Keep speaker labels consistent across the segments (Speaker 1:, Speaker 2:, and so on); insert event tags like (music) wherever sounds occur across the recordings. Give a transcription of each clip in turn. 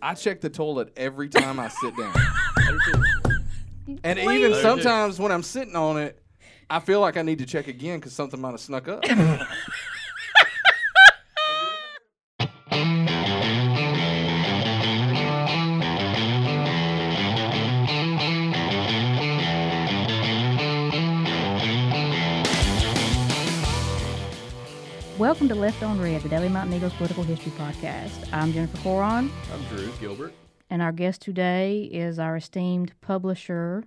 Speaker 1: I check the toilet every time I sit down. And even
Speaker 2: Please.
Speaker 1: sometimes when I'm sitting on it, I feel like I need to check again because something might have snuck up.
Speaker 3: Welcome to Left on Red, the Daily Mountain Eagles Political History Podcast. I'm Jennifer Coron,
Speaker 2: I'm Drew Gilbert.
Speaker 3: and our guest today is our esteemed publisher,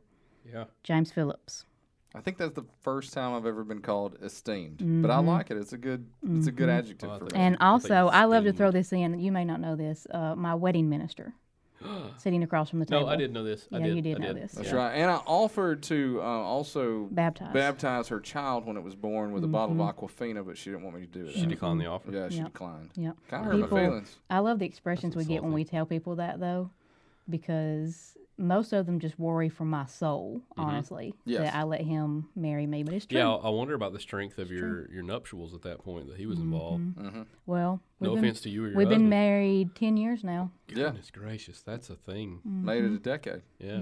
Speaker 2: Yeah.
Speaker 3: James Phillips.
Speaker 1: I think that's the first time I've ever been called esteemed, but I like it. It's a good, it's a good adjective
Speaker 2: Well, I
Speaker 1: for
Speaker 2: think-
Speaker 1: me.
Speaker 3: And also,
Speaker 2: it's
Speaker 3: I love to
Speaker 2: esteemed.
Speaker 3: throw this in. You may not know this. Uh, my wedding
Speaker 2: (gasps)
Speaker 3: minister, sitting across from the
Speaker 2: No,
Speaker 3: table.
Speaker 2: I didn't know this. I
Speaker 3: Yeah,
Speaker 2: did.
Speaker 3: you did
Speaker 2: I
Speaker 3: know
Speaker 2: did.
Speaker 3: this.
Speaker 1: That's
Speaker 2: Yeah.
Speaker 1: right. And I offered to uh, also
Speaker 3: Baptized.
Speaker 1: baptize her child when it was born with a bottle of Aquafina, but she didn't want me to do it.
Speaker 2: She declined the offer.
Speaker 1: yeah, she
Speaker 3: Yep.
Speaker 1: declined.
Speaker 3: Yep.
Speaker 1: Kind of hurt my
Speaker 3: People-
Speaker 1: feelings.
Speaker 3: I love the expressions we get when we tell people that, though, because most of them just worry for my soul, honestly,
Speaker 1: Yes.
Speaker 3: that I let him marry me. But it's true.
Speaker 2: Mm-hmm. Yeah, I I wonder about the strength of your, your nuptials at that point that he was involved.
Speaker 3: Well, we've
Speaker 2: No
Speaker 3: Mm-hmm. been,
Speaker 2: offense to you or your
Speaker 3: we've been
Speaker 2: husband.
Speaker 3: married 10 years now.
Speaker 1: Yeah,
Speaker 2: Goodness gracious, that's a thing.
Speaker 1: made it a decade.
Speaker 2: Yeah.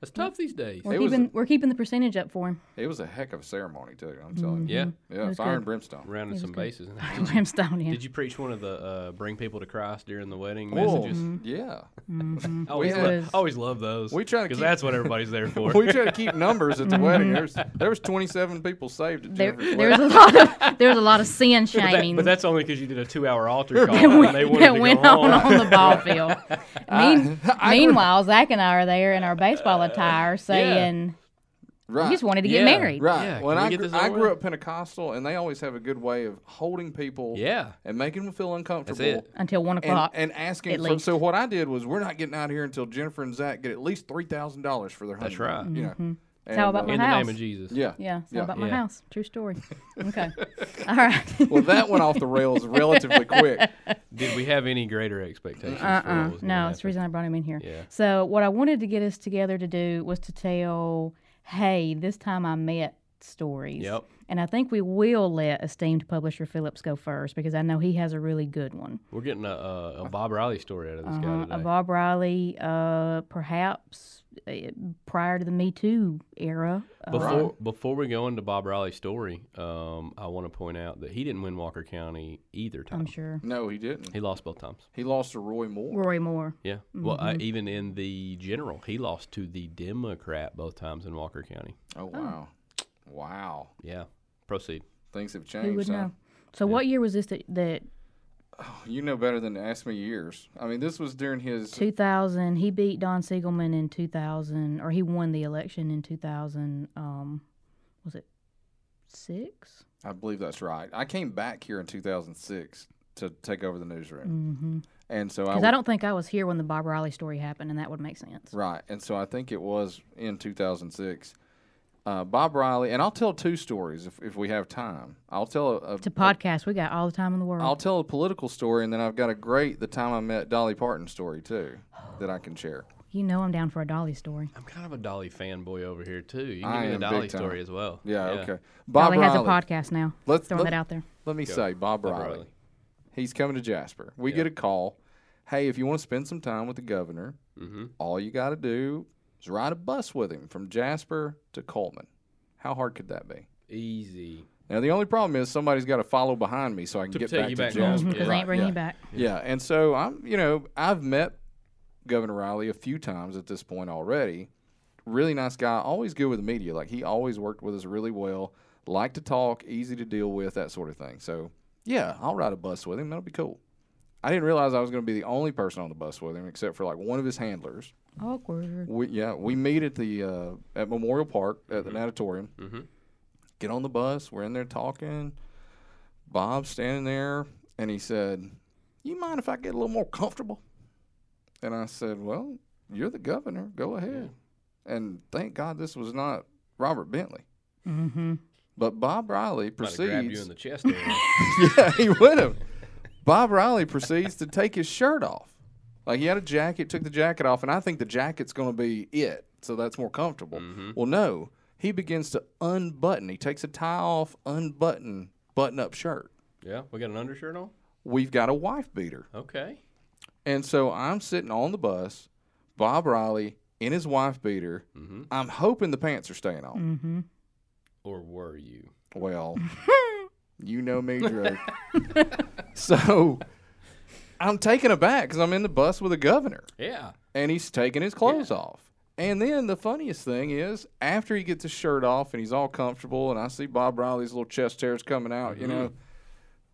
Speaker 2: That's tough these days.
Speaker 3: Mm-hmm. We're
Speaker 1: It was-
Speaker 3: keeping we're keeping the percentage up for him. (laughs)
Speaker 1: It was a heck of a ceremony too. I'm telling you.
Speaker 2: Yeah.
Speaker 3: Mm-hmm.
Speaker 1: Yeah, fire and brimstone.
Speaker 2: Rounded some bases.
Speaker 3: (laughs) Brimstone in.
Speaker 2: Did you preach one of the uh, bring people to Christ during the wedding
Speaker 1: Oh,
Speaker 2: messages?
Speaker 1: yeah.
Speaker 2: I always,
Speaker 1: We
Speaker 2: lo-
Speaker 3: Mm-hmm. was-
Speaker 2: I always love those.
Speaker 1: We try to
Speaker 2: Because
Speaker 1: keep-
Speaker 2: that's what
Speaker 1: (laughs)
Speaker 2: everybody's there for.
Speaker 1: we tried to keep numbers at the wedding. There's there was 27 people saved at
Speaker 3: Mm-hmm. There,
Speaker 1: Jennifer's
Speaker 3: there's
Speaker 1: wedding.
Speaker 3: a lot of
Speaker 2: (laughs)
Speaker 3: there's a lot of sin
Speaker 2: But that-
Speaker 3: shaming (laughs)
Speaker 2: but
Speaker 3: that,
Speaker 2: that's only because you did a two hour
Speaker 3: (laughs)
Speaker 2: altar call. and they wanted to
Speaker 3: went
Speaker 2: go home.
Speaker 3: on on the ball
Speaker 2: (laughs)
Speaker 3: field. Mean, (laughs) meanwhile, Zach and I are there in our baseball attire, saying
Speaker 1: Right.
Speaker 3: we just wanted to get
Speaker 2: Uh, Yeah.
Speaker 3: married.
Speaker 1: Right.
Speaker 2: Yeah,
Speaker 1: when
Speaker 2: can we
Speaker 1: I,
Speaker 2: get
Speaker 1: gr-
Speaker 2: this
Speaker 1: I
Speaker 2: over
Speaker 1: grew
Speaker 2: with?
Speaker 1: up Pentecostal, and they always have a good way of holding people
Speaker 2: Yeah.
Speaker 1: and making them feel uncomfortable.
Speaker 2: it.
Speaker 3: Until one
Speaker 1: And,
Speaker 3: o'clock.
Speaker 1: and asking
Speaker 3: at
Speaker 1: for,
Speaker 3: least.
Speaker 1: so what I did was we're not getting out of here until Jennifer and Zach get at least three thousand dollars for their honeymoon.
Speaker 2: right.
Speaker 1: You know,
Speaker 3: It's all
Speaker 1: And,
Speaker 3: Mm-hmm. about
Speaker 1: uh,
Speaker 3: my
Speaker 2: In the
Speaker 3: house.
Speaker 2: name of Jesus.
Speaker 1: yeah,
Speaker 3: Yeah, it's all
Speaker 1: yeah.
Speaker 3: about my
Speaker 2: Yeah.
Speaker 3: house. True
Speaker 2: (laughs)
Speaker 3: story. Okay. all right.
Speaker 1: Well, that went off the
Speaker 3: (laughs)
Speaker 1: rails relatively quick.
Speaker 2: Did we have any greater expectations? for what
Speaker 3: Uh-uh.
Speaker 2: was
Speaker 3: No, it's
Speaker 2: gonna
Speaker 3: the
Speaker 2: happen?
Speaker 3: reason I brought him in here.
Speaker 2: Yeah.
Speaker 3: So what I wanted to get us together to do was to tell, hey, this time I met stories.
Speaker 2: Yep.
Speaker 3: And I think we will let esteemed publisher Phillips go first because I know he has a really good one.
Speaker 2: We're getting a, a, a Bob Riley story out of this guy
Speaker 3: Uh,
Speaker 2: today.
Speaker 3: a Bob Riley, uh, perhaps uh, prior to the Me Too era. uh,
Speaker 2: Before before we go into Bob Riley's story, um, I want to point out that he didn't win Walker County either time.
Speaker 3: I'm sure.
Speaker 1: No, he didn't.
Speaker 2: He lost both times.
Speaker 1: He lost to Roy Moore.
Speaker 3: Roy Moore.
Speaker 2: Yeah. Well, I,
Speaker 3: Mm-hmm.
Speaker 2: even in the general, he lost to the Democrat both times in Walker County.
Speaker 1: Oh wow, wow.
Speaker 2: Yeah. Proceed.
Speaker 1: Things have
Speaker 3: Who
Speaker 1: changed.
Speaker 3: would
Speaker 1: huh?
Speaker 3: know? So what year was this that, that
Speaker 1: You know better than to ask me years. I mean, this was during his
Speaker 3: 2000 he beat don siegelman in 2000 or he won the election in 2000 um was it six
Speaker 1: I believe that's right. I came back here in 2006 to take over the newsroom, mm-hmm. and so I,
Speaker 3: because
Speaker 1: w-
Speaker 3: i don't think i was here when the bob riley story happened and that would make sense
Speaker 1: right, and so I think it was in 2006. Uh, Bob Riley, and I'll tell two stories if, if we have time. I'll tell a, a
Speaker 3: to podcast we got all the time in the world
Speaker 1: I'll tell a political story, and then I've got a great the time I met Dolly Parton story too that I can share.
Speaker 3: you know i'm down for a dolly story
Speaker 2: I'm kind of a Dolly fanboy over here too. You
Speaker 1: I
Speaker 2: can give me
Speaker 1: am
Speaker 2: the Dolly
Speaker 1: big time.
Speaker 2: story as well.
Speaker 1: Yeah, okay. Bob
Speaker 3: dolly
Speaker 1: Riley.
Speaker 3: has a podcast now
Speaker 1: Let's-
Speaker 3: throwing
Speaker 1: let-
Speaker 3: that out there
Speaker 1: Let me say, Bob, Riley.
Speaker 2: Riley.
Speaker 1: He's coming to Jasper. We get a call. Hey, if you want to spend some time with the governor,
Speaker 2: Mm-hmm.
Speaker 1: all you got to do is ride a bus with him from Jasper to Coleman. How hard could that be?
Speaker 2: Easy.
Speaker 1: Now the only problem is somebody's got to follow behind me so I can get
Speaker 2: take
Speaker 1: back to
Speaker 2: you back home.
Speaker 1: Jasper.
Speaker 3: because
Speaker 2: Yeah.
Speaker 3: they ain't bringing
Speaker 1: yeah.
Speaker 3: you back
Speaker 1: Yeah, and so I'm, you know, I've met Governor Riley a few times at this point already. Really nice guy, always good with the media. Like he always worked with us really well. Like to talk, easy to deal with, that sort of thing. So yeah, I'll ride a bus with him. That'll be cool. I didn't realize I was going to be the only person on the bus with him, except for like one of his handlers.
Speaker 3: awkward
Speaker 1: We yeah, we meet at the uh, at Memorial Park at
Speaker 2: Mm-hmm.
Speaker 1: the natatorium. Get on the bus. We're in there talking. Bob's standing there, and he said, "You mind if I get a little more comfortable?" And I said, "Well, you're the governor. Go ahead." And thank God this was not Robert Bentley. Mm-hmm. But Bob Riley
Speaker 2: Might have grabbed you
Speaker 1: proceeds.
Speaker 2: in the chest. area.
Speaker 1: (laughs) yeah, he would have. Bob Riley proceeds to take his shirt off. Like he had a jacket, took the jacket off, and I think the jacket's going to be it, so that's more comfortable. Well, no, he begins to unbutton. He takes a tie off, unbutton, button up shirt.
Speaker 2: yeah. We got an undershirt on.
Speaker 1: We've got a wife beater.
Speaker 2: Okay.
Speaker 1: And so I'm sitting on the bus, Bob Riley in his wife beater.
Speaker 2: hmm
Speaker 1: I'm hoping the pants are staying on.
Speaker 3: Mm-hmm.
Speaker 2: Or were you?
Speaker 1: Well, you know me, Drake. so I'm taken aback because I'm in the bus with the governor
Speaker 2: Yeah.
Speaker 1: and he's taking his clothes off. And then the funniest thing is, after he gets his shirt off and he's all comfortable, and I see Bob Riley's little chest hairs coming out, you know,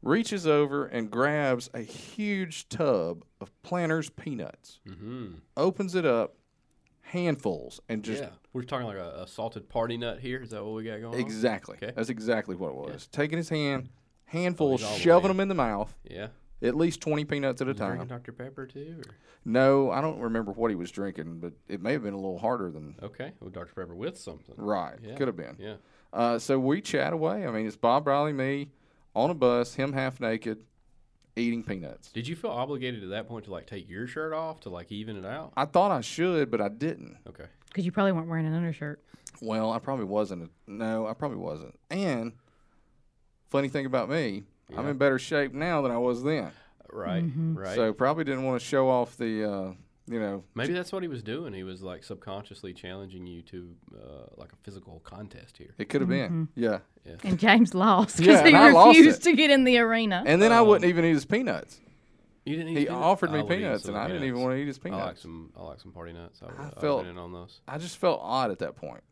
Speaker 1: reaches over and grabs a huge tub of Planters peanuts,
Speaker 2: Mm-hmm.
Speaker 1: opens it up, handfuls, and just
Speaker 2: yeah. We're talking like a, a salted party nut here. Is that what we got going on?
Speaker 1: exactly.
Speaker 2: Okay.
Speaker 1: That's exactly what it was. Taking his hand, handfuls,
Speaker 2: all the way
Speaker 1: shoving
Speaker 2: in.
Speaker 1: them in the mouth,
Speaker 2: Yeah.
Speaker 1: at least 20 peanuts at a
Speaker 2: Drinking
Speaker 1: time.
Speaker 2: Dr. Pepper too? Or?
Speaker 1: No, I don't remember what he was drinking, but it may have been a little harder than.
Speaker 2: Okay. Well, Dr. Pepper with something.
Speaker 1: Right.
Speaker 2: Yeah.
Speaker 1: Could have been.
Speaker 2: Yeah.
Speaker 1: Uh, so we chat away. I mean, it's Bob Riley, me, on a bus, him half naked, eating peanuts.
Speaker 2: Did you feel obligated at that point to like take your shirt off to like even it out?
Speaker 1: I thought I should, but I didn't.
Speaker 2: Okay.
Speaker 3: Because you probably weren't wearing an undershirt.
Speaker 1: Well, I probably wasn't. No, I probably wasn't. And funny thing about me, I'm
Speaker 2: Yeah.
Speaker 1: in better shape now than I was then.
Speaker 2: Right. Right.
Speaker 1: So probably didn't want to show off the, uh, you know,
Speaker 2: Maybe that's what he was doing. He was like subconsciously challenging you to uh, like a physical contest here.
Speaker 1: it could have been. Yeah.
Speaker 3: And James lost because
Speaker 1: Yeah, and I
Speaker 3: he
Speaker 1: lost
Speaker 3: refused
Speaker 1: it.
Speaker 3: to get in the arena.
Speaker 1: And then I wouldn't even eat his peanuts.
Speaker 2: Um, You didn't.
Speaker 1: He
Speaker 2: even-
Speaker 1: offered
Speaker 2: I
Speaker 1: me
Speaker 2: would've eaten
Speaker 1: peanuts,
Speaker 2: some
Speaker 1: and I didn't even want to eat his
Speaker 2: I like
Speaker 1: peanuts.
Speaker 2: some. I like some party nuts. I, would, I
Speaker 1: felt-
Speaker 2: felt in on those.
Speaker 1: I just felt odd at that point.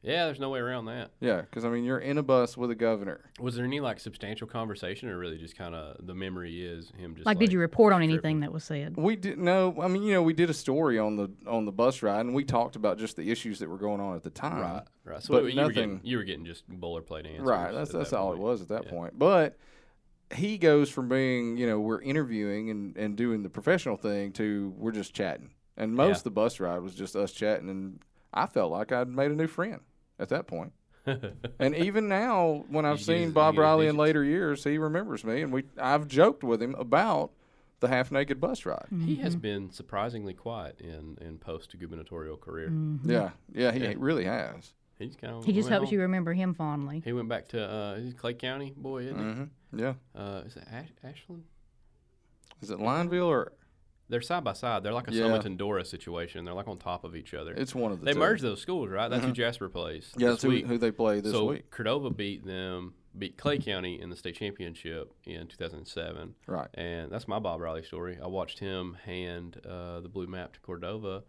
Speaker 2: Yeah, there's no way around that.
Speaker 1: Yeah, because I mean, you're in a bus with a governor.
Speaker 2: Was there any like substantial conversation, or really just kind of the memory is him just
Speaker 3: like, did you report on anything that was said?
Speaker 1: We did no. I mean, you know, we did a story on the on the bus ride, and we talked about just the issues that were going on at the time.
Speaker 2: right? Right. So
Speaker 1: Uh-huh. but
Speaker 2: you were getting
Speaker 1: nothing-
Speaker 2: you were getting just boilerplate answers.
Speaker 1: Right. That's
Speaker 2: at
Speaker 1: that's
Speaker 2: that
Speaker 1: all
Speaker 2: point.
Speaker 1: it was at that point. But he goes from being, you know, we're interviewing and and doing the professional thing to we're just chatting. And most
Speaker 2: Yeah.
Speaker 1: of the bus ride was just us chatting, and I felt like I'd made a new friend at that point.
Speaker 2: (laughs)
Speaker 1: and even now, when I've
Speaker 2: You
Speaker 1: seen
Speaker 2: use-
Speaker 1: Bob
Speaker 2: you use
Speaker 1: Riley in
Speaker 2: digits.
Speaker 1: later years, he remembers me, and we I've joked with him about the half naked bus ride.
Speaker 2: He has been surprisingly quiet in in post gubernatorial career.
Speaker 1: Yeah, yeah, he really has.
Speaker 2: He's kind of
Speaker 3: Mm-hmm. He just hopes you remember him fondly.
Speaker 2: He went back to uh, he's a Clay County boy, isn't he?
Speaker 1: Mm-hmm. Yeah.
Speaker 2: Uh, is it Ash- Ashland?
Speaker 1: Is it Lineville or
Speaker 2: They're side by side. They're like a
Speaker 1: Yeah.
Speaker 2: Summit and Dora situation. They're like on top of each other.
Speaker 1: it's one of the
Speaker 2: they
Speaker 1: two. Mm-hmm.
Speaker 2: merged those schools, right? That's who Jasper plays.
Speaker 1: Yeah,
Speaker 2: this
Speaker 1: that's who,
Speaker 2: week.
Speaker 1: who they play this
Speaker 2: so
Speaker 1: week.
Speaker 2: Cordova beat them, beat Clay County in the state championship in 2007.
Speaker 1: Right.
Speaker 2: And that's my Bob Riley story. I watched him hand uh, the blue map to Cordova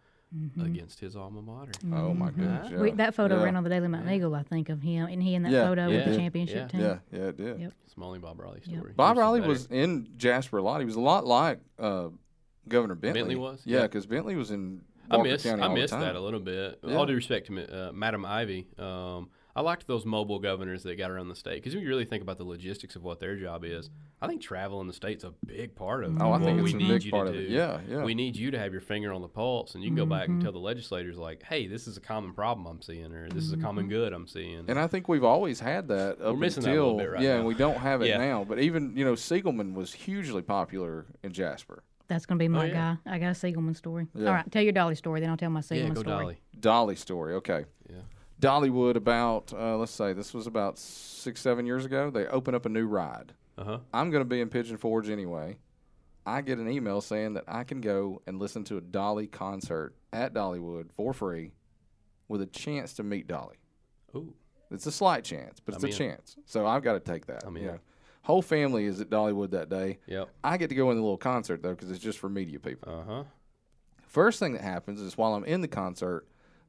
Speaker 2: against his alma mater.
Speaker 1: Oh my
Speaker 2: Mm-hmm.
Speaker 1: goodness. Yeah.
Speaker 3: We, that photo
Speaker 1: yeah.
Speaker 3: ran on the Daily Mountain Eagle, I think, of him. And he in that
Speaker 1: Yeah,
Speaker 3: photo with
Speaker 2: yeah,
Speaker 3: the championship
Speaker 2: yeah.
Speaker 3: team.
Speaker 1: Yeah, yeah, it did.
Speaker 3: Yep.
Speaker 2: It's my only Bob Riley story.
Speaker 1: Bob
Speaker 2: He was the
Speaker 1: Riley
Speaker 2: better-
Speaker 1: was in Jasper a lot. He was a lot like uh, Governor Bentley.
Speaker 2: Bentley was?
Speaker 1: Yeah,
Speaker 2: Yeah.
Speaker 1: because Bentley was in
Speaker 2: I
Speaker 1: Walker
Speaker 2: miss
Speaker 1: County
Speaker 2: I
Speaker 1: all
Speaker 2: miss
Speaker 1: the time.
Speaker 2: that a little bit.
Speaker 1: Yeah.
Speaker 2: All due respect to Ma- uh, Madam Ivy, um, I liked those mobile governors that got around the state because if you really think about the logistics of what their job is, I think travel in the state's a big part of.
Speaker 1: Oh, I think
Speaker 2: what
Speaker 1: it's
Speaker 2: we
Speaker 1: a
Speaker 2: need
Speaker 1: big
Speaker 2: you
Speaker 1: part
Speaker 2: to
Speaker 1: of it.
Speaker 2: do.
Speaker 1: Yeah, yeah.
Speaker 2: We need you to have your finger on the pulse, and you can go back and tell the legislators like, "Hey, this is a common problem I'm seeing, or this is a common good I'm seeing."
Speaker 1: And I think we've always had that up
Speaker 2: missing that a little
Speaker 1: until
Speaker 2: bit right
Speaker 1: yeah,
Speaker 2: now.
Speaker 1: and we don't have it
Speaker 2: Yeah.
Speaker 1: now. But even you know, Siegelman was hugely popular in Jasper.
Speaker 3: That's going to be my
Speaker 2: Oh, yeah.
Speaker 3: guy. I got a Siegelman story.
Speaker 1: Yeah.
Speaker 3: All right, tell your Dolly story, then I'll tell my Siegelman
Speaker 2: yeah, go
Speaker 3: story.
Speaker 2: Dolly.
Speaker 1: Dolly story. Okay.
Speaker 2: Yeah.
Speaker 1: Dollywood about uh, let's say this was about six seven years ago. They open up a new ride.
Speaker 2: Uh huh.
Speaker 1: I'm going to be in Pigeon Forge anyway. I get an email saying that I can go and listen to a Dolly concert at Dollywood for free with a chance to meet Dolly.
Speaker 2: Ooh,
Speaker 1: It's a slight chance, but it's
Speaker 2: I'm
Speaker 1: a
Speaker 2: in.
Speaker 1: chance. So I've got to take that.
Speaker 2: I'm
Speaker 1: you
Speaker 2: in.
Speaker 1: know. Whole family is at Dollywood that day.
Speaker 2: yep.
Speaker 1: I get to go in the little concert though because it's just for media people.
Speaker 2: Uh huh.
Speaker 1: First thing that happens is while I'm in the concert,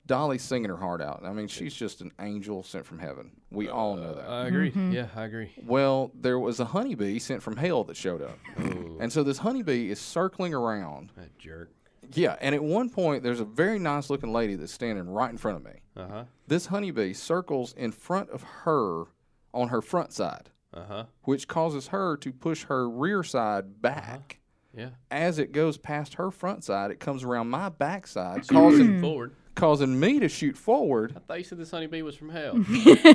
Speaker 1: Dolly's singing her heart out. I mean, she's just an angel sent from heaven. We all know that.
Speaker 2: I agree.
Speaker 1: Mm-hmm.
Speaker 2: Yeah, I agree.
Speaker 1: Well, there was a honeybee sent from hell that showed up.
Speaker 2: Ooh,
Speaker 1: And so this honeybee is circling around.
Speaker 2: that jerk.
Speaker 1: Yeah, and at one point, there's a very nice looking lady that's standing right in front of me.
Speaker 2: Uh huh.
Speaker 1: This honeybee circles in front of her on her front side,
Speaker 2: Uh huh.
Speaker 1: which causes her to push her rear side back.
Speaker 2: Yeah.
Speaker 1: As it goes past her front side, it comes around my back side, causing,
Speaker 2: Forward.
Speaker 1: causing me to shoot forward.
Speaker 2: I thought you said this honeybee was
Speaker 1: (laughs)
Speaker 2: from hell.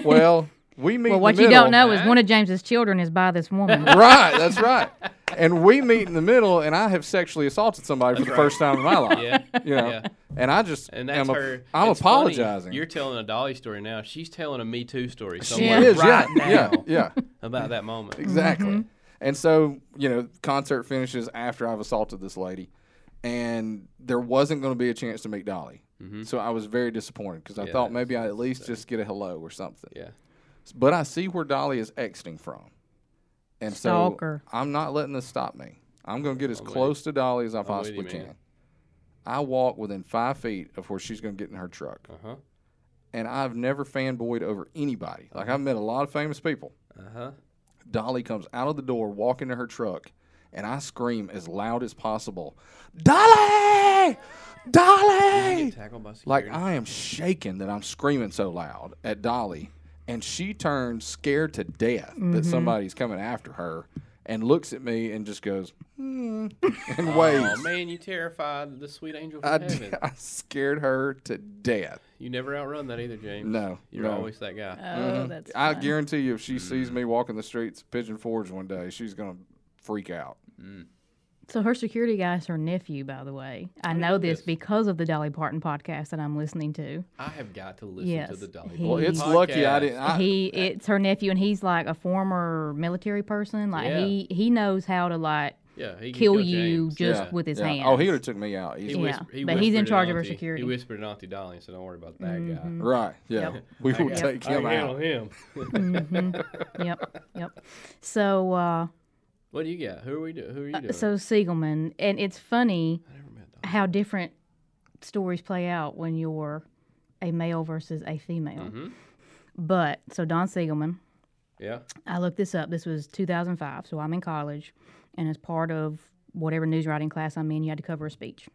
Speaker 1: Well, we meet.
Speaker 3: Well,
Speaker 1: in
Speaker 3: what
Speaker 1: the
Speaker 3: you
Speaker 1: middle.
Speaker 3: don't know is one of James's children is by this
Speaker 1: (laughs)
Speaker 3: woman. Oh,
Speaker 1: Right, that's right. And we meet in the middle, and I have sexually assaulted somebody for the first time in my life.
Speaker 2: Yeah.
Speaker 1: you know.
Speaker 2: Yeah.
Speaker 1: And I just
Speaker 2: And
Speaker 1: am
Speaker 2: that's
Speaker 1: a-
Speaker 2: her.
Speaker 1: I'm
Speaker 2: it's funny,
Speaker 1: apologizing.
Speaker 2: You're telling a Dolly story now. She's telling a Me Too story
Speaker 1: she
Speaker 2: somewhere
Speaker 1: is,
Speaker 2: right
Speaker 1: yeah,
Speaker 2: (laughs) now
Speaker 1: yeah, yeah,
Speaker 2: about that moment.
Speaker 1: exactly. And so, you know, concert finishes after I've assaulted this lady, and there wasn't going to be a chance to meet Dolly. So I was very disappointed because I
Speaker 2: Mm-hmm. Yeah,
Speaker 1: thought
Speaker 2: that's-
Speaker 1: maybe I at least just get a hello or something.
Speaker 2: Yeah.
Speaker 1: But I see where Dolly is exiting from, and
Speaker 3: Stalker.
Speaker 1: so I'm not letting this stop me. I'm going to get as close to Dolly as I possibly
Speaker 2: man.
Speaker 1: can. I walk within five feet of where she's going to get in her truck,
Speaker 2: Uh huh.
Speaker 1: and I've never fanboyed over anybody. Like I've met a lot of famous people.
Speaker 2: Uh huh.
Speaker 1: Dolly comes out of the door, walk into her truck, and I scream as loud as possible, Dolly! Dolly!
Speaker 2: Tackled by
Speaker 1: Like
Speaker 2: security.
Speaker 1: I am shaking that I'm screaming so loud at Dolly, and she turns scared to death
Speaker 2: Mm-hmm.
Speaker 1: that somebody's coming after her, and looks at me and just goes, hmm, (laughs) and waves.
Speaker 2: oh man, you terrified the sweet angel
Speaker 1: (laughs) I,
Speaker 2: from heaven.
Speaker 1: (laughs) I scared her to death.
Speaker 2: You never outrun that either, James.
Speaker 1: No,
Speaker 2: You're
Speaker 1: no.
Speaker 2: always Mm. that guy.
Speaker 3: Oh,
Speaker 1: Mm-hmm.
Speaker 3: that's.
Speaker 1: I
Speaker 3: fun.
Speaker 1: guarantee you, if she sees me walking the streets, of Pigeon Forge one day, she's gonna freak out.
Speaker 3: So her security guy is her nephew, by the way. I know this because of the Dolly Parton podcast that I'm listening to.
Speaker 2: I have got to listen to
Speaker 3: Yes,
Speaker 2: the Dolly.
Speaker 3: he-
Speaker 1: Well,
Speaker 2: Parton
Speaker 1: it's lucky I
Speaker 2: podcast.
Speaker 1: didn't. I,
Speaker 3: he it's her nephew, and he's like a former military person. Like
Speaker 2: Yeah.
Speaker 3: he he knows how
Speaker 1: (laughs)
Speaker 3: to like
Speaker 2: Yeah, he can
Speaker 3: kill you
Speaker 2: James.
Speaker 3: just with his
Speaker 1: yeah.
Speaker 3: hands.
Speaker 1: Oh, he would have took me out.
Speaker 2: He
Speaker 1: easily.
Speaker 3: Yeah,
Speaker 2: whisper- he
Speaker 3: but he's in
Speaker 2: whispered it
Speaker 3: charge of her
Speaker 2: Auntie-
Speaker 3: security. Mm-hmm.
Speaker 2: He whispered it Auntie Dolly and said, "Don't worry about that guy.
Speaker 1: Right. Yeah.
Speaker 3: Yep.
Speaker 1: We will
Speaker 2: got-
Speaker 1: take
Speaker 2: I
Speaker 1: him
Speaker 2: can handle
Speaker 1: out.
Speaker 2: him." (laughs)
Speaker 3: mm-hmm. yep, yep. So uh,
Speaker 2: what do you got? Who are we doing? Who are you doing?
Speaker 3: so Siegelman, and it's funny
Speaker 2: I never met Dolly.
Speaker 3: how different stories play out when you're a male versus a female. But so Don Siegelman,
Speaker 2: Yeah.
Speaker 3: I looked this up. This was 2005, so I'm in college, and as part of whatever news writing class I'm in, you had to cover a speech.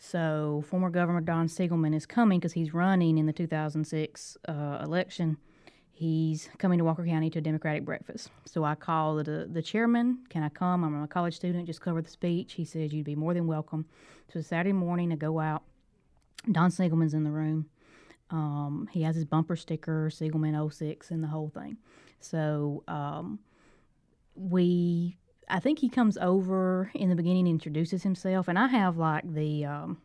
Speaker 3: So former Governor Don Siegelman is coming because he's running in the 2006 uh, election. He's coming to Walker County to a Democratic breakfast. So I called the, the chairman. Can I come? I'm a college student. Just cover the speech. He says you'd be more than welcome. So Saturday morning, I go out. Don Siegelman's in the room. Um, he has his bumper sticker, Siegelman 06, and the whole thing. So um, we, I think he comes over in the beginning, introduces himself, and I have like the, um,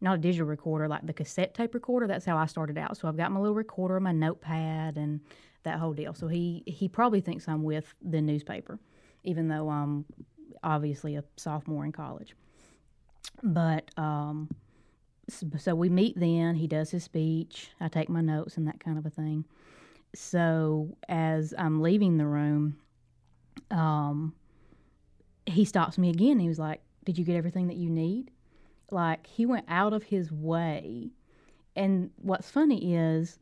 Speaker 3: not a digital recorder, like the cassette tape recorder. That's how I started out. So I've got my little recorder, my notepad, and that whole deal. So he he probably thinks I'm with the newspaper, even though I'm obviously a sophomore in college. But um, s- so we meet then. He does his speech. I take my notes and that kind of a thing so as I'm leaving the room, um, he stops me again. He was like, "Did you get everything that you need?" Like he went out of his way. And what's funny is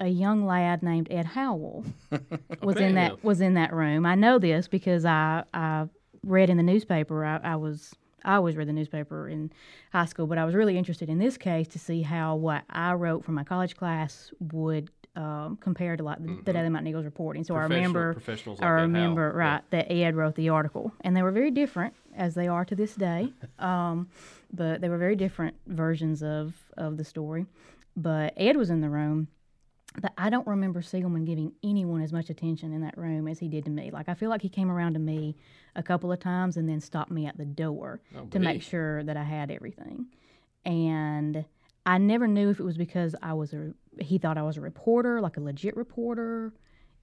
Speaker 3: a young lad named Ed Howell was in
Speaker 2: bet.
Speaker 3: that was in that room. I know this because I I read in the newspaper. I, I was I always read the newspaper in high school, but I was really interested in this case to see how what I wrote for my college class would um, compare to like the, the Daily Mountain Eagle's reporting. So I
Speaker 2: Mm-hmm. Professional-
Speaker 3: remember
Speaker 2: professionals
Speaker 3: I
Speaker 2: like Ed Howell.
Speaker 3: remember right that Ed wrote the article, and they were very different as they are to this
Speaker 2: (laughs)
Speaker 3: day. um, but they were very different versions of of the story. But Ed was in the room. But I don't remember Siegelman giving anyone as much attention in that room as he did to me. Like I feel like he came around to me a couple of times and then stopped me at the door to
Speaker 2: Oh, buddy.
Speaker 3: make sure that I had everything. And I never knew if it was because I was a he thought I was a reporter, like a legit reporter,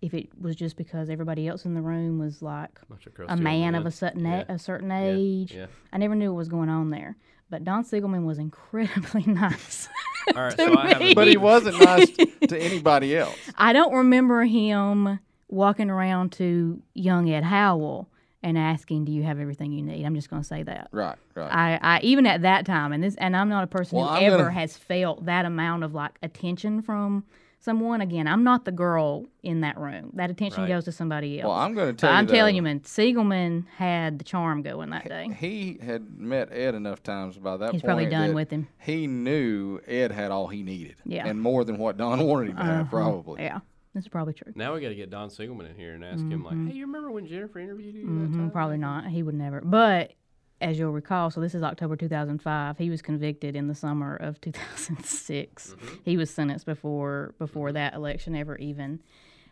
Speaker 3: if it was just because everybody else in the room was like
Speaker 2: Bunch of girls
Speaker 3: a
Speaker 2: doing
Speaker 3: man of a
Speaker 2: this.
Speaker 3: certain a-
Speaker 2: Yeah.
Speaker 3: a certain age.
Speaker 2: yeah.
Speaker 3: I never knew what was going on there. But Don Siegelman was incredibly (laughs) nice.
Speaker 2: All right.
Speaker 3: (laughs)
Speaker 2: So I have
Speaker 3: me.
Speaker 2: a,
Speaker 1: But he wasn't
Speaker 3: (laughs)
Speaker 1: nice to anybody else.
Speaker 3: I don't remember him walking around to young Ed Howell and asking, "Do you have everything you need?" I'm just going to say that.
Speaker 1: Right. Right.
Speaker 3: I, I even at that time, and this, and I'm not a person
Speaker 1: Well,
Speaker 3: who
Speaker 1: I'm
Speaker 3: ever
Speaker 1: gonna-
Speaker 3: has felt that amount of like attention from someone. Again, I'm not the girl in that room. That attention
Speaker 2: Right.
Speaker 3: goes to somebody else.
Speaker 1: well, I'm going to
Speaker 3: But
Speaker 1: tell you.
Speaker 3: I'm telling
Speaker 1: though,
Speaker 3: you, man, Siegelman had the charm going that day.
Speaker 1: He had met Ed enough times by that
Speaker 3: He's
Speaker 1: point.
Speaker 3: probably done
Speaker 1: that
Speaker 3: with him.
Speaker 1: He knew Ed had all he needed.
Speaker 3: Yeah. Uh-huh.
Speaker 1: And more than what Don (laughs) wanted him to have, probably.
Speaker 3: Yeah, that's probably true.
Speaker 2: now we got to get Don Siegelman in here and ask him like, "Hey, you remember when Jennifer interviewed you that
Speaker 3: Mm,
Speaker 2: time?"
Speaker 3: Mm-hmm. probably not. He would never. But as you'll recall, so this is October 2005. He was convicted in the summer of 2006.
Speaker 2: Mm-hmm.
Speaker 3: He was sentenced before before that election ever even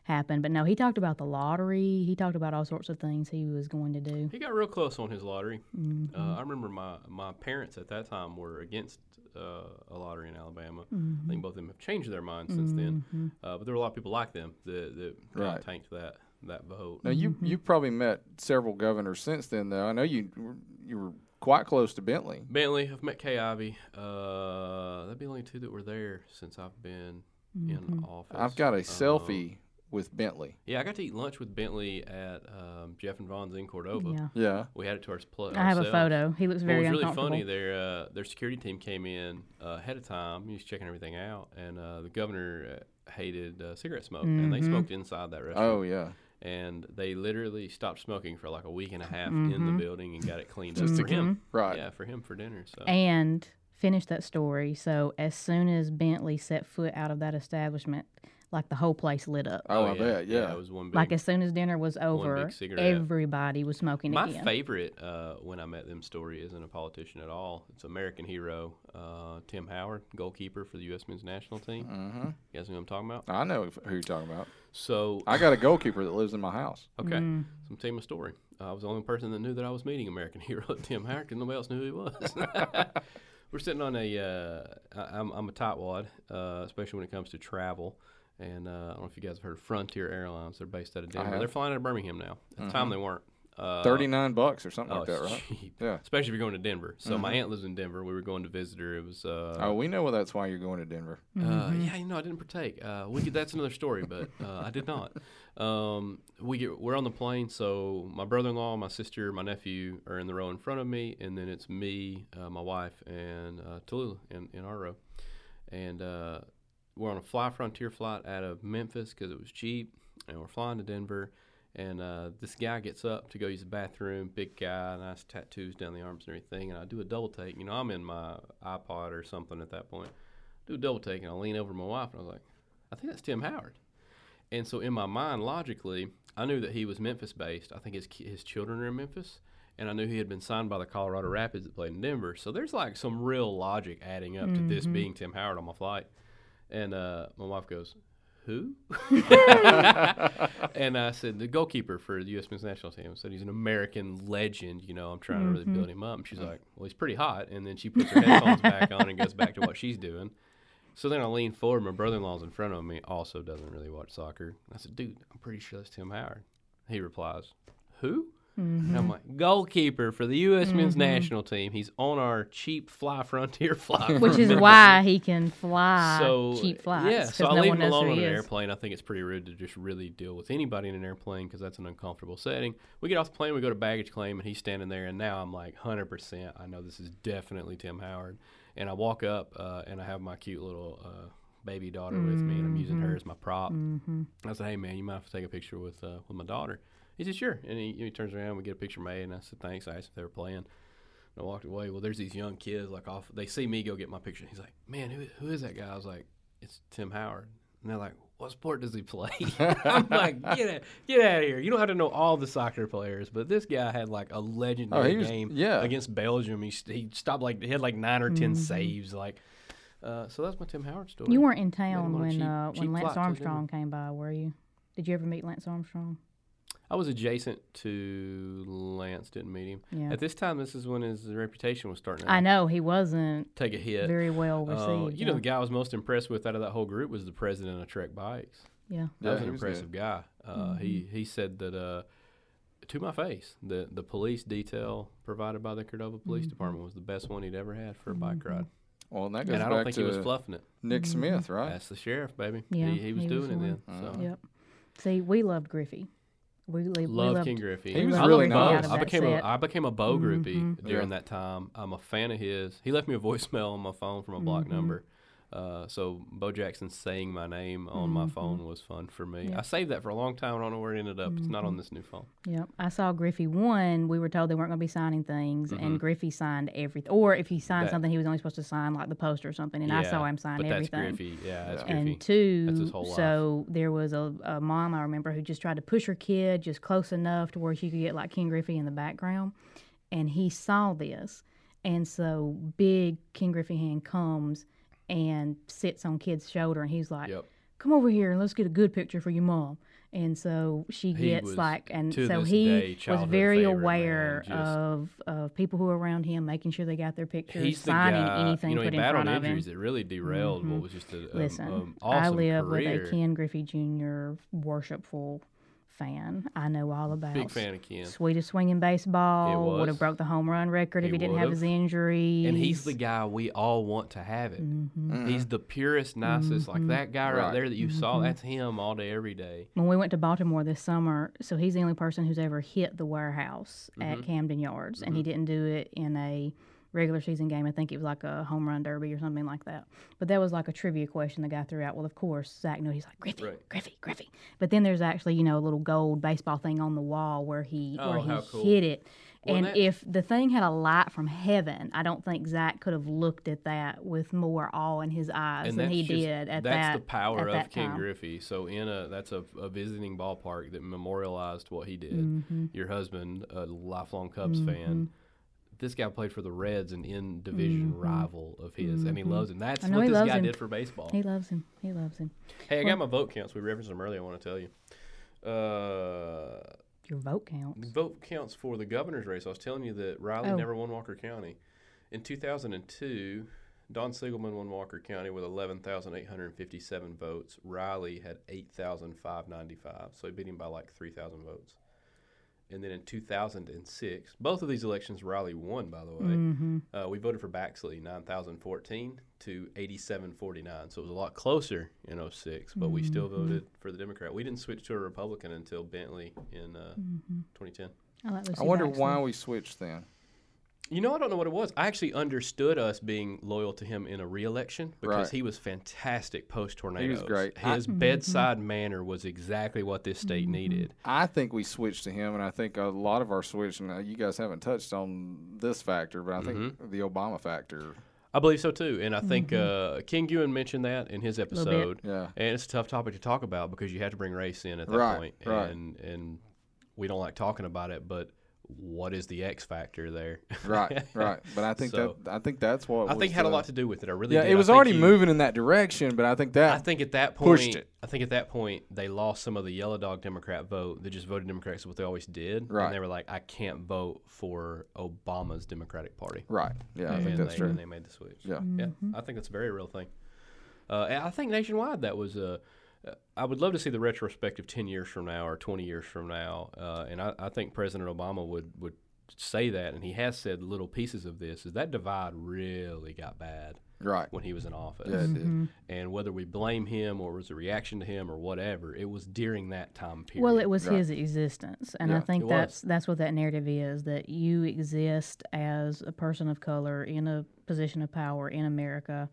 Speaker 3: happened. But no, he talked about the lottery. He talked about all sorts of things he was going to do.
Speaker 2: He got real close on his lottery.
Speaker 1: Mm-hmm.
Speaker 2: Uh, I remember my, my parents at that time were against uh, a lottery in Alabama.
Speaker 1: Mm-hmm.
Speaker 2: I think both of them have changed their minds since then. Uh, but there were a lot of people like them that, that kinda
Speaker 1: Right.
Speaker 2: tanked that. that vote.
Speaker 1: Now
Speaker 3: Mm-hmm.
Speaker 1: you you probably met several governors since then, though. I know you were- you were quite close to Bentley.
Speaker 2: Bentley, I've met Kay Ivey. Uh, that'd be the only two that were there since I've been in office.
Speaker 1: Mm-hmm. I've got a
Speaker 2: Um,
Speaker 1: selfie with Bentley.
Speaker 2: Yeah, I got to eat lunch with Bentley at um, Jeff and Vaughn's in Cordova.
Speaker 3: Yeah.
Speaker 1: Yeah.
Speaker 2: We had it to our plus.
Speaker 3: I have a photo. He looks
Speaker 2: What
Speaker 3: very
Speaker 2: was really
Speaker 3: uncomfortable.
Speaker 2: funny, their uh, their security team came in uh, ahead of time. He was checking everything out, and uh, the governor uh, hated uh, cigarette smoke, and
Speaker 3: Mm-hmm.
Speaker 2: they smoked inside that restaurant.
Speaker 1: Oh yeah.
Speaker 2: And they literally stopped smoking for like a week and a half in
Speaker 3: Mm-hmm.
Speaker 2: the building and got it cleaned up for him.
Speaker 1: Right.
Speaker 2: Yeah, for him for dinner. So
Speaker 3: And finish that story. So as soon as Bentley set foot out of that establishment, like the whole place lit up.
Speaker 1: Oh, I
Speaker 2: yeah,
Speaker 1: bet. Yeah.
Speaker 2: it was one big.
Speaker 3: Like as soon as dinner was over,
Speaker 2: cigarette.
Speaker 3: everybody was smoking
Speaker 2: My
Speaker 3: again.
Speaker 2: favorite uh, when I met them story isn't a politician at all. It's American hero uh, Tim Howard, goalkeeper for the U.S. men's national team.
Speaker 1: Uh-huh.
Speaker 2: Mm-hmm. You guys know what I'm talking about?
Speaker 1: I know who you're talking about.
Speaker 2: So
Speaker 1: I got a goalkeeper that lives in my house.
Speaker 2: Okay. So I'm telling my story. I was the only person that knew that I was meeting American (laughs) Hero Tim Howard because nobody else knew who he was. We're sitting on a, uh, I- I'm, I'm a tightwad, uh, especially when it comes to travel. And uh, I don't know if you guys have heard of Frontier Airlines. They're based out of Denver.
Speaker 1: have. Mm-hmm.
Speaker 2: They're flying out of Birmingham now. At the time, they weren't. Uh,
Speaker 1: Thirty nine bucks or something
Speaker 2: Oh,
Speaker 1: like that,
Speaker 2: it's
Speaker 1: right? Mm-hmm.
Speaker 2: cheap.
Speaker 1: Yeah.
Speaker 2: Especially if you're going to Denver. So my aunt lives in Denver. We were going to visit her. It was uh,
Speaker 1: Oh, we know that's why you're going to Denver.
Speaker 2: uh, yeah, you know, I didn't partake. Uh, we could, that's another story, but uh, I did not. Um, we get we're on the plane, so my brother-in-law, my sister, my nephew are in the row in front of me, and then it's me, uh, my wife, and uh, Tallulah in, in our row, and uh, we're on a Fly Frontier flight out of Memphis because it was cheap, and we're flying to Denver. And uh, this guy gets up to go use the bathroom. Big guy, nice tattoos down the arms and everything. And I do a double take. You know, I'm in my iPod or something at that point do a double take and I lean over to my wife and I was like, I think that's Tim Howard. And so in my mind, logically, I knew that he was Memphis based. I think his ki- his children are in Memphis, and I knew he had been signed by the Colorado Rapids that played in Denver. So there's like some real logic adding up to this being Tim Howard on my flight. And uh, my wife goes, "Who?" (laughs) and I said, "The goalkeeper for the U.S. men's national team." I said, "He's an American legend. You know, I'm trying to really build him up." And she's like, "Well, he's pretty hot." And then she puts her headphones back on and goes back to what she's doing. So then I lean forward. My brother in law's in front of me, also doesn't really watch soccer. I said, dude, I'm pretty sure that's Tim Howard. He replies, who? And I'm like, goalkeeper for the U.S. men's national team. He's on our cheap fly frontier (laughs) fly.
Speaker 3: Which is why he can fly
Speaker 2: so,
Speaker 3: cheap flights.
Speaker 2: Yeah,
Speaker 3: 'cause
Speaker 2: so I
Speaker 3: no
Speaker 2: leave
Speaker 3: one
Speaker 2: him
Speaker 3: knows who
Speaker 2: alone on
Speaker 3: he
Speaker 2: an
Speaker 3: is.
Speaker 2: airplane. I think it's pretty rude to just really deal with anybody in an airplane because that's an uncomfortable setting. We get off the plane, we go to baggage claim, and he's standing there. And now I'm like, 100%, I know this is definitely Tim Howard. And I walk up uh, and I have my cute little uh, baby daughter with me, and I'm using
Speaker 3: Mm-hmm.
Speaker 2: her as my prop. I said, hey, man, you might have to take a picture with, uh, with my daughter. He said, sure. And he, he turns around, we get a picture made, and I said, thanks. I asked if they were playing. And I walked away. Well, there's these young kids like off. They see me go get my picture. He's like, "Man, who, who is that guy?" I was like, "It's Tim Howard." And they're like, "What sport does he play?" (laughs) I'm like, "Get out, get out of here! You don't have to know all the soccer players, but this guy had like a legendary
Speaker 1: Oh, he was-
Speaker 2: game
Speaker 1: yeah. Mm-hmm.
Speaker 2: against Belgium. He, s- he stopped like he had like nine or 10 saves. Like, uh, so that's my Tim Howard story.
Speaker 3: You weren't in
Speaker 2: him
Speaker 3: town
Speaker 2: on a
Speaker 3: when
Speaker 2: cheap-
Speaker 3: uh,
Speaker 2: cheap
Speaker 3: when Lance
Speaker 2: flight to
Speaker 3: Armstrong came by, were you? Did you ever meet Lance Armstrong?
Speaker 2: I was adjacent to Lance. Didn't meet him
Speaker 3: Yeah.
Speaker 2: at this time. This is when his reputation was starting. to
Speaker 3: I know he wasn't
Speaker 2: Take a hit.
Speaker 3: very well
Speaker 2: Uh,
Speaker 3: received.
Speaker 2: you know, the guy I was most impressed with out of that whole group was the president of Trek Bikes.
Speaker 3: yeah.
Speaker 2: That
Speaker 1: Yeah,
Speaker 2: was an
Speaker 1: he was
Speaker 2: impressive guy. Uh,
Speaker 3: Mm-hmm.
Speaker 2: He he said that uh, to my face, the the police detail provided by the Cordova
Speaker 3: Mm-hmm.
Speaker 2: Police Department was the best one he'd ever had for a bike ride,
Speaker 1: Well, and that goes
Speaker 2: and I
Speaker 1: back
Speaker 2: don't think
Speaker 1: to
Speaker 2: he was fluffing it.
Speaker 1: Nick Smith, right?
Speaker 2: That's the sheriff, baby.
Speaker 3: Yeah,
Speaker 2: he, he was
Speaker 3: he was
Speaker 2: doing
Speaker 3: the
Speaker 2: it
Speaker 3: one.
Speaker 1: Uh-huh.
Speaker 2: then. So.
Speaker 3: yeah. Yep. See, we loved Griffey. We, li- we
Speaker 2: Love
Speaker 3: loved
Speaker 2: King Griffey.
Speaker 1: He was
Speaker 2: I
Speaker 1: really
Speaker 2: loved
Speaker 1: nice. Mm-hmm. Out
Speaker 2: Bo.
Speaker 1: of
Speaker 2: I
Speaker 3: that
Speaker 2: became a,
Speaker 3: set.
Speaker 2: I became a Bo groupie during
Speaker 1: Yeah.
Speaker 2: that time. I'm a fan of his. He left me a voicemail on my phone from a block
Speaker 1: Mm-hmm.
Speaker 2: number. Uh, so Bo Jackson saying my name on my
Speaker 1: Mm-hmm.
Speaker 2: phone was fun for me. I saved that for a long time. I don't know where it ended up. It's not
Speaker 1: Mm-hmm.
Speaker 2: on this new phone.
Speaker 3: Yep. I saw Griffey one. We were told they weren't going to be signing things, and Griffey signed everything. Or if he signed
Speaker 2: Mm-hmm. That-
Speaker 3: something, he was only supposed to sign like the poster or something. And I saw
Speaker 2: Yeah,
Speaker 3: him sign
Speaker 2: but
Speaker 3: everything.
Speaker 2: that's Griffey. Yeah, that's Griffey.
Speaker 3: And two,
Speaker 2: That's his whole life.
Speaker 3: so there was a, a mom I remember who just tried to push her kid just close enough to where she could get like King Griffey in the background, and he saw this, and so big King Griffey hand comes and sits on kid's shoulder, and he's like,
Speaker 2: Yep.
Speaker 3: "Come over here and let's get a good picture for your mom." And so she gets
Speaker 2: was,
Speaker 3: like, and
Speaker 2: to
Speaker 3: so
Speaker 2: this
Speaker 3: he
Speaker 2: day,
Speaker 3: was
Speaker 2: childhood
Speaker 3: very
Speaker 2: favorite, man,
Speaker 3: aware
Speaker 2: just-
Speaker 3: of, of people who were around him, making sure they got their pictures,
Speaker 2: He's the
Speaker 3: signing
Speaker 2: guy.
Speaker 3: anything
Speaker 2: you know, he
Speaker 3: put in
Speaker 2: battled
Speaker 3: front of him.
Speaker 2: injuries that really derailed
Speaker 1: Mm-hmm.
Speaker 2: what was just a, um,
Speaker 3: Listen,
Speaker 2: um,
Speaker 3: I
Speaker 2: awesome
Speaker 3: live
Speaker 2: career.
Speaker 3: with a Ken Griffey Jr. worshipful fan. I know all about
Speaker 2: Big fan of Ken.
Speaker 3: Sweetest swinging baseball.
Speaker 2: It
Speaker 3: Would have
Speaker 2: was.
Speaker 3: broke the home run record if
Speaker 2: He
Speaker 3: he didn't have
Speaker 2: would've.
Speaker 3: his injury.
Speaker 2: And he's the guy we all want to have it.
Speaker 3: Mm-hmm.
Speaker 2: He's the purest, nicest, like that guy Mm-hmm. right,
Speaker 1: Right.
Speaker 2: there that you saw.
Speaker 3: Mm-hmm.
Speaker 2: That's him all day, every day.
Speaker 3: when we went to Baltimore this summer, so he's the only person who's ever hit the warehouse
Speaker 2: Mm-hmm.
Speaker 3: at Camden Yards, and he didn't do it in a regular season game. I think it was like a home run derby or something like that. But that was like a trivia question the guy threw out. Well, of course, Zach knew. He's like Griffey,
Speaker 2: Right.
Speaker 3: Griffey, Griffey. But then there's actually you know a little gold baseball thing on the wall where he
Speaker 2: Oh,
Speaker 3: where he
Speaker 2: how cool.
Speaker 3: hit it.
Speaker 2: Well,
Speaker 3: and
Speaker 2: that-
Speaker 3: if the thing had a light from heaven, I don't think Zach could have looked at that with more awe in his eyes than he
Speaker 2: just-
Speaker 3: did at
Speaker 2: that's
Speaker 3: that.
Speaker 2: the power
Speaker 3: at
Speaker 2: of
Speaker 3: that
Speaker 2: Ken
Speaker 3: time.
Speaker 2: Griffey. So in a that's a, a visiting ballpark that memorialized what he did.
Speaker 3: Mm-hmm.
Speaker 2: Your husband, a lifelong Cubs fan. This guy played for the Reds, an in division rival of his, and he loves him. That's
Speaker 3: Mm-hmm. I know
Speaker 2: what
Speaker 3: he
Speaker 2: this
Speaker 3: loves
Speaker 2: guy
Speaker 3: him.
Speaker 2: did for baseball.
Speaker 3: He loves him. He loves him.
Speaker 2: hey, I got my vote counts. We referenced them earlier. I want to tell you. Uh,
Speaker 3: Your vote counts.
Speaker 2: vote counts for the governor's race. I was telling you that Riley
Speaker 3: Oh.
Speaker 2: never won Walker County. In 2002, Don Siegelman won Walker County with 11,857 votes. Riley had 8,595, so he beat him by like 3,000 votes. And then in 2006, both of these elections Riley won, by the way. Uh, we voted for Baxley 9,014 to 8,749, so it was a lot closer in 06, but we still voted for the Democrat. We didn't switch to a Republican until Bentley in uh, 2010.
Speaker 3: I, like
Speaker 1: I
Speaker 3: Lucy
Speaker 1: wonder
Speaker 3: Baxter.
Speaker 1: why we switched then.
Speaker 2: You know, I don't know what it was. I actually understood us being loyal to him in a reelection because
Speaker 1: Right.
Speaker 2: he was fantastic post tornado.
Speaker 1: great. I-
Speaker 2: His bedside manner was exactly what this state needed.
Speaker 1: I think we switched to him, and I think a lot of our switch, and uh, you guys haven't touched on this factor, but I
Speaker 2: Mm-hmm.
Speaker 1: think the Obama factor.
Speaker 2: I believe so too, and I think uh, King Ewan mentioned that in his
Speaker 3: bit.
Speaker 2: episode.
Speaker 1: Yeah.
Speaker 2: and it's a tough topic to talk about because you have to bring race in at that
Speaker 1: Right,
Speaker 2: point.
Speaker 1: right.
Speaker 2: and and we don't like talking about it, but what is the X factor there? (laughs)
Speaker 1: Right, right. But I think
Speaker 2: So-
Speaker 1: that I think that's what
Speaker 2: I
Speaker 1: was
Speaker 2: think had a
Speaker 1: the-
Speaker 2: lot to do with it. I really
Speaker 1: Yeah,
Speaker 2: did.
Speaker 1: it
Speaker 2: I
Speaker 1: was
Speaker 2: think
Speaker 1: already
Speaker 2: he-
Speaker 1: moving in that direction, but I think that
Speaker 2: I think at that point,
Speaker 1: pushed it.
Speaker 2: I think at that point they lost some of the yellow dog Democrat vote. They just voted Democrats, what they always did,
Speaker 1: Right.
Speaker 2: and they were like, "I can't vote for Obama's Democratic Party."
Speaker 1: right. Yeah, I think
Speaker 2: and
Speaker 1: that's
Speaker 2: they,
Speaker 1: true.
Speaker 2: And they made the switch.
Speaker 1: Yeah.
Speaker 2: yeah.
Speaker 3: Mm-hmm.
Speaker 2: I think that's a very real thing. Uh, and I think nationwide that was a. Uh, I would love to see the retrospective ten years from now or twenty years from now, uh, and I, I think President Obama would would say that, and he has said little pieces of this. Is that divide really got bad
Speaker 1: Right.
Speaker 2: when he was in office?
Speaker 1: Yeah, it did.
Speaker 3: Mm-hmm.
Speaker 2: and whether we blame him or it was a reaction to him or whatever, it was during that time period.
Speaker 3: Well, it was
Speaker 1: Right.
Speaker 3: his existence, and I
Speaker 1: Yeah,
Speaker 3: think
Speaker 2: it
Speaker 3: that's that's what that narrative is that you exist as a person of color in a position of power in America,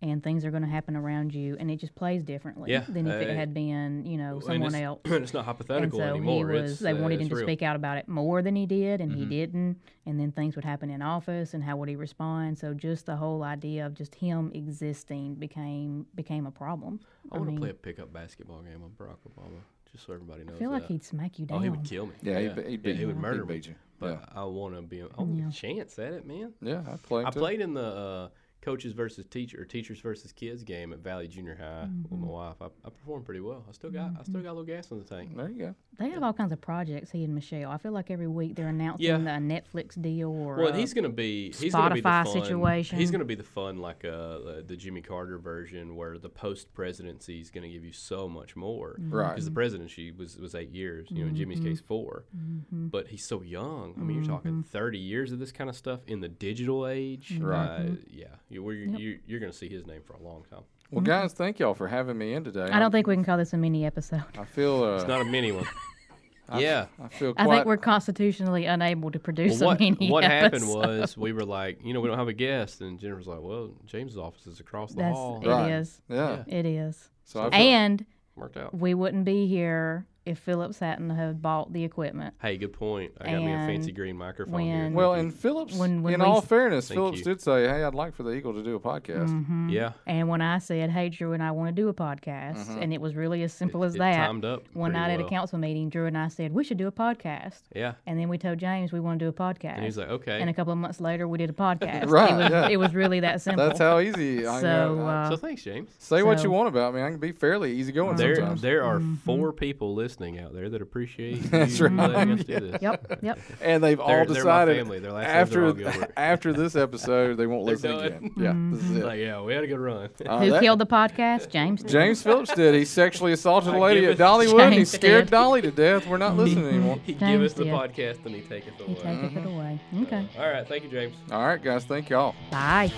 Speaker 3: and things are going to happen around you, and it just plays differently
Speaker 2: Yeah,
Speaker 3: than if
Speaker 2: uh,
Speaker 3: it had been you know
Speaker 2: (clears throat) And
Speaker 3: someone
Speaker 2: it's-
Speaker 3: else.
Speaker 2: it's not
Speaker 3: And
Speaker 2: hypothetical
Speaker 3: so
Speaker 2: anymore.
Speaker 3: he was.
Speaker 2: it's,
Speaker 3: they
Speaker 2: uh,
Speaker 3: wanted him
Speaker 2: it's
Speaker 3: to
Speaker 2: real. Mm-hmm.
Speaker 3: speak out about it more than he did, and he didn't. And then things would happen in office, and how would he respond? So just the whole idea of just him existing became became a problem.
Speaker 2: I want to play a pickup basketball game with Barack Obama, just so everybody knows.
Speaker 3: I feel like
Speaker 2: that.
Speaker 3: he'd smack you down.
Speaker 2: Oh, he would kill me.
Speaker 1: Yeah, he'd be- he'd beat
Speaker 2: he
Speaker 1: you.
Speaker 2: would
Speaker 1: He'd
Speaker 2: murder me.
Speaker 1: beat you.
Speaker 2: But I want to be. I want a chance at it, man.
Speaker 1: Yeah, I played.
Speaker 2: I
Speaker 1: too.
Speaker 2: played in the uh, coaches versus teacher, or teachers versus kids game at Valley Junior High
Speaker 3: Mm-hmm.
Speaker 2: with my wife. I, I performed pretty well. I still got. I still got a little gas in the tank.
Speaker 1: There you go.
Speaker 3: They have all kinds of projects. He and Michelle. I feel like every week they're announcing
Speaker 2: Yeah.
Speaker 3: the Netflix deal or
Speaker 2: Well,
Speaker 3: uh,
Speaker 2: he's going to be he's gonna be the
Speaker 3: Spotify
Speaker 2: fun-
Speaker 3: situation.
Speaker 2: He's going to be the fun like uh, the- the Jimmy Carter version, where the post presidency is going to give you so much more.
Speaker 3: Mm-hmm.
Speaker 1: Right.
Speaker 2: Because the presidency was was eight years, you know, in Jimmy's case 4
Speaker 3: Mm-hmm.
Speaker 2: But he's so young. I mean, you're talking thirty years of this kind of stuff in the digital age.
Speaker 3: Mm-hmm.
Speaker 1: Right.
Speaker 2: Uh, yeah, you, we're, you, you're going to see his name for a long time.
Speaker 1: Well, guys, thank y'all for having me in today.
Speaker 3: I don't think we can call this a mini episode. (laughs)
Speaker 1: I feel. Uh, (laughs)
Speaker 2: It's not a mini one. yeah.
Speaker 1: I feel
Speaker 3: I
Speaker 1: quite.
Speaker 3: think we're constitutionally unable to produce
Speaker 2: Well, what
Speaker 3: a mini
Speaker 2: what happened
Speaker 3: episode.
Speaker 2: was we were like, you know, we don't have a guest, and Jennifer's like, well, James' office is across
Speaker 3: (laughs)
Speaker 2: the
Speaker 3: That's-
Speaker 2: hall.
Speaker 3: it
Speaker 1: right.
Speaker 3: is.
Speaker 1: Yeah.
Speaker 3: It is.
Speaker 1: So I feel,
Speaker 3: And
Speaker 2: Worked out.
Speaker 3: we wouldn't be here if Phillips hadn't have bought the equipment.
Speaker 2: Hey, good point. I got me a fancy
Speaker 3: And
Speaker 2: green microphone here.
Speaker 3: when-
Speaker 1: well, and Phillips.
Speaker 3: When- when
Speaker 1: in
Speaker 3: we
Speaker 1: all
Speaker 3: s-
Speaker 1: fairness,
Speaker 2: Thank
Speaker 1: Phillips
Speaker 2: you.
Speaker 1: did say, "Hey, I'd like for the Eagle to do a podcast."
Speaker 2: yeah,
Speaker 3: And when I said, "Hey, Drew and I want to do a podcast," and it was really as simple as
Speaker 2: Mm-hmm. it
Speaker 3: that.
Speaker 2: timed up
Speaker 3: One
Speaker 2: pretty
Speaker 3: night at
Speaker 2: well.
Speaker 3: a council meeting, Drew and I said, "We should do a podcast."
Speaker 2: yeah.
Speaker 3: And then we told James we want to do a podcast.
Speaker 2: And he's like, okay.
Speaker 3: and a couple of months later, we did a podcast.
Speaker 1: Right,
Speaker 3: It was,
Speaker 1: yeah.
Speaker 3: it was really that simple.
Speaker 1: That's how easy. I,
Speaker 3: so,
Speaker 1: I-
Speaker 3: uh,
Speaker 2: so thanks, James.
Speaker 1: say what
Speaker 3: so-
Speaker 1: you want about me. I can be fairly easygoing
Speaker 2: There,
Speaker 1: sometimes.
Speaker 3: Mm-hmm.
Speaker 2: there are four people list listening out there
Speaker 3: (laughs)
Speaker 2: that appreciate you
Speaker 1: That's
Speaker 2: letting
Speaker 1: right.
Speaker 2: us do
Speaker 1: (laughs)
Speaker 2: this.
Speaker 3: Yep, yep.
Speaker 1: And they've all
Speaker 2: They're- they're my
Speaker 1: decided
Speaker 2: family. Their last names are all Gilbert.
Speaker 1: after (laughs) after this episode they won't
Speaker 2: They're
Speaker 1: listen
Speaker 2: done. Mm-hmm.
Speaker 1: again. Yeah, this is it.
Speaker 2: Like, yeah, we had a good run. (laughs)
Speaker 1: Uh,
Speaker 3: Who
Speaker 1: that-
Speaker 3: killed the podcast? James. did.
Speaker 1: James Phillips did. He sexually assaulted a
Speaker 2: I
Speaker 1: lady
Speaker 2: give
Speaker 1: at
Speaker 2: it-
Speaker 1: Dollywood. and he
Speaker 3: James
Speaker 1: scared
Speaker 3: did.
Speaker 1: Dolly to death. We're not listening anymore.
Speaker 2: he give
Speaker 3: James
Speaker 2: us the
Speaker 3: did.
Speaker 2: podcast and he taketh
Speaker 3: He
Speaker 2: away.
Speaker 3: taketh it away. Okay.
Speaker 2: All right, thank you, James.
Speaker 1: All right, guys. Thank y'all.
Speaker 3: Bye.